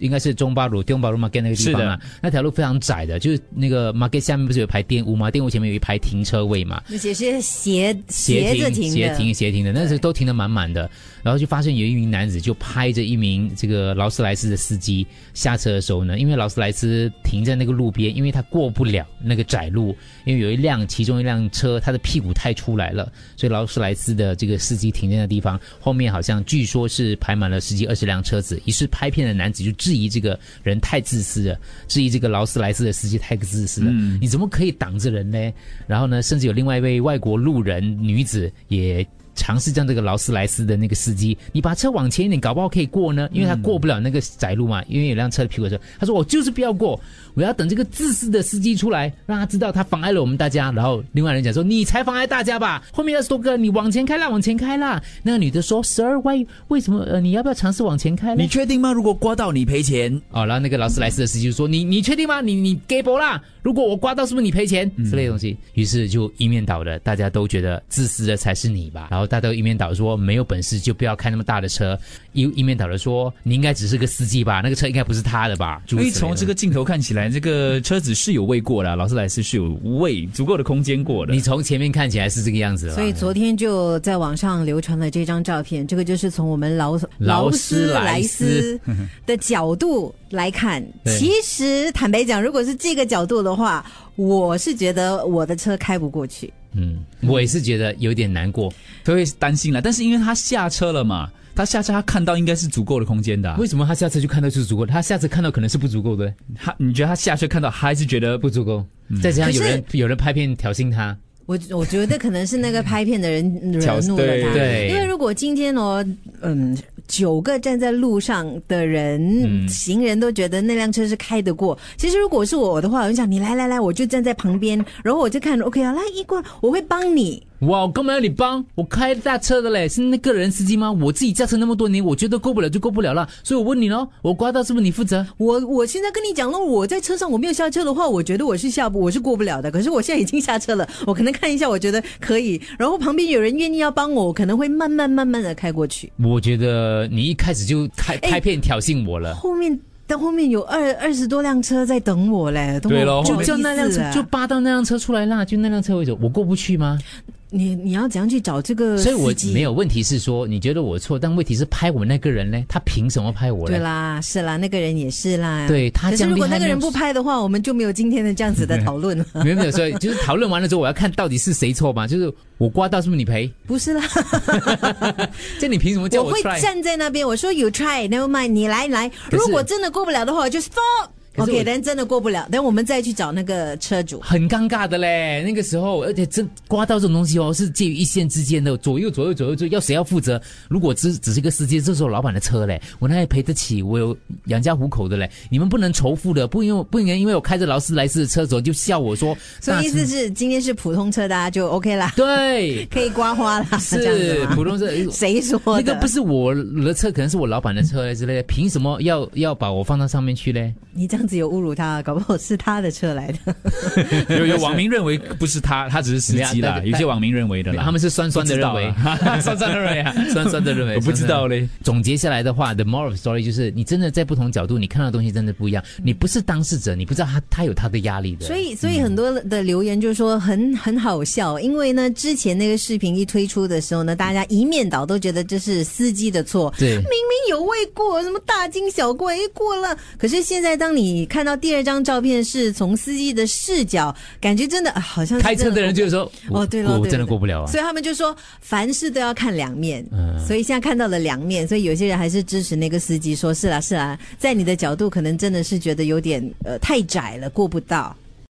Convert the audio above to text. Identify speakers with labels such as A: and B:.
A: 应该是中巴鲁、东巴鲁马街那个地方嘛，啊那条路非常窄的，就是那个马街下面不是有一排店屋吗？店屋前面有一排停车位嘛，
B: 而且是斜
A: 斜
B: 着
A: 停、
B: 停
A: 斜
B: 的，
A: 停、斜停的，那时候
B: 对
A: 都停得满满的。然后就发现有一名男子就拍着一名这个劳斯莱斯的司机下车的时候呢，因为劳斯莱斯停在那个路边，因为他过不了那个窄路，因为有一辆其中一辆车他的屁股太出来了，所以劳斯莱斯的这个司机停在那地方，后面好像据说是排满了十几二十辆车子。于是拍片的男子就质疑这个人太自私了，质疑这个劳斯莱斯的司机太自私了，你怎么可以挡着人呢？然后呢，甚至有另外一位外国路人女子也。尝试将这个劳斯莱斯的那个司机，你把车往前一点，搞不好可以过呢，因为他过不了那个窄路嘛，因为有辆车的屁股的时候，他说我就是不要过，我要等这个自私的司机出来，让他知道他妨碍了我们大家。然后另外人讲说你才妨碍大家吧，后面二十多个你往前开啦，往前开啦。那个女的说 Sir why 为什么呃你要不要尝试往前开呢
C: 你？确定吗？如果刮到你赔钱，
A: 哦，然后那个劳斯莱斯的司机就说：“你你确定吗？你你 gay 博啦？如果我刮到，是不是你赔钱、之类的东西？”于是就一面倒的，大家都觉得自私的才是你吧。然后大家都一面倒说没有本事就不要开那么大的车，一一面倒的说你应该只是个司机吧，那个车应该不是他的吧。
C: 因
A: 诸如
C: 为
A: 此类
C: 从
A: 的
C: 这个镜头看起来，这个车子是有位过的啊，劳斯莱斯是有位足够的空间过的
A: 你。从前面看起来是这个样子吧，
B: 所以昨天就在网上流传了这张照片，这个就是从我们劳
A: 劳斯
B: 斯
A: 莱
B: 莱
A: 斯
B: 斯的角度来看。
A: 对
B: 其实坦白讲，如果是这个角度的话，我是觉得我的车开不过去。
A: 嗯，我也是觉得有点难过。啊
C: 都会担心了。但是因为他下车了嘛，他下车他看到应该是足够的空间的、啊
A: 为。什么他下次就看到是足够？他下次看到可能是不足够的，
C: 他你觉得他下车看到还是觉得不
A: 不足够。再加上有人
B: 可
A: 有人拍片挑衅他，
B: 我我觉得可能是那个拍片 的人惹
C: 挑
B: 怒了
A: 对
B: 他，
A: 对
B: 因为如果今天哦，嗯，九个站在路上的人，
A: 嗯
B: 行人都觉得那辆车是开得过。其实如果是我的话，我就想你来来来，我就站在旁边，然后我就看，OK 啊，来一过，我会帮你。
A: 哇，干嘛要你帮我开大车的嘞？是那个人司机吗？我自己驾车那么多年，我觉得过不了就过不了了，所以我问你喽，我刮到是不是你负责？
B: 我我现在跟你讲了，我在车上我没有下车的话，我觉得我是下不我是过不了的。可是我现在已经下车了，我可能看一下，我觉得可以。然后旁边有人愿意要帮我，我可能会慢慢慢慢的开过去。
A: 我觉得你一开始就开
B: 哎
A: 开片挑衅我了。
B: 后面但后面有二二十多辆车在等我嘞，等我
C: 对咯
B: 不好
A: 就
B: 意
A: 叫
B: 思
A: 那辆车，
B: 啊
A: 就扒到那辆车出来啦，就那辆车为主，我过不去吗？
B: 你你要怎样去找这个？
A: 所以我没
B: 有。
A: 有问题是说你觉得我错，但问题是拍我那个人呢，他凭什么拍我
B: 对
A: 嘞？
B: 啦，是啦，那个人也是啦。
A: 对他这
B: 可是
A: 样
B: 如果
A: 厉害
B: 那个人
A: 没有
B: 不拍的话，我们就没有今天的这样 子的讨论了。
A: 没有没有，所以就是讨论完了之后，我要看到底是谁错嘛？就是我刮到是不是你赔？
B: 不是啦，
A: 这你凭什么叫
B: 我
A: 我
B: 会
A: try？
B: 站在那边，我说 you try，never mind，你来来。
A: 可是
B: 如果真的过不了的话，我就 stop。
A: 可是我
B: OK，但真的过不了，等我们再去找那个车主。
A: 很尴尬的嘞，那个时候，而且这刮到这种东西哦，是介于一线之间的，左右左右左右左右，要谁要负责？如果只只是一个司机，这时候老板的车嘞，我那也赔得起，我有养家糊口的嘞，你们不能仇富的，不因为不能因为我开着劳斯莱斯的车走就笑我说，
B: 所
A: 大
B: 以意
A: 车
B: 思是今天是普通车，大家就 OK 啦，，
A: 对
B: 可以刮花啦，这样子
A: 是
B: 吗
A: 普通车。
B: 谁说的？
A: 那个不是我的车，可能是我老板的车嘞之类的，凭什么要要把我放到上面去嘞？
B: 你这样子有侮辱他，搞不好是他的车来的。
C: 有有网民认为不是他，他只是司机
A: 对啊
C: 啦。
A: 对
C: 有些网民认为的啦，
A: 他们是酸酸的认为
C: 不知道啊酸酸的认为啊，
A: 酸酸的认为
C: 我不知道嘞。
A: 总结下来的话，the moral of story 就是，你真的在不同角度，你看到的东西真的不一样。你不是当事者，你不知道他他有他的压力的。
B: 所以，所以很多的留言就说很很好笑，因为呢，之前那个视频一推出的时候呢，大家一面倒都觉得这是司机的错，
A: 对
B: 明明有未过，什么大惊小怪哎过了。可是现在，当你看到第二张照片是从司机的视角，感觉真的啊好像是
A: 开车
B: 真
A: 的人就是说，我
B: 哦，对了，
A: 我
B: 对
A: 真的
B: 对
A: 过不了啊。
B: 所以他们就说凡事都要看两面，
A: 嗯
B: 所以现在看到了两面，所以有些人还是支持那个司机说，是啦是啦，在你的角度可能真的是觉得有点呃太窄了，过不到。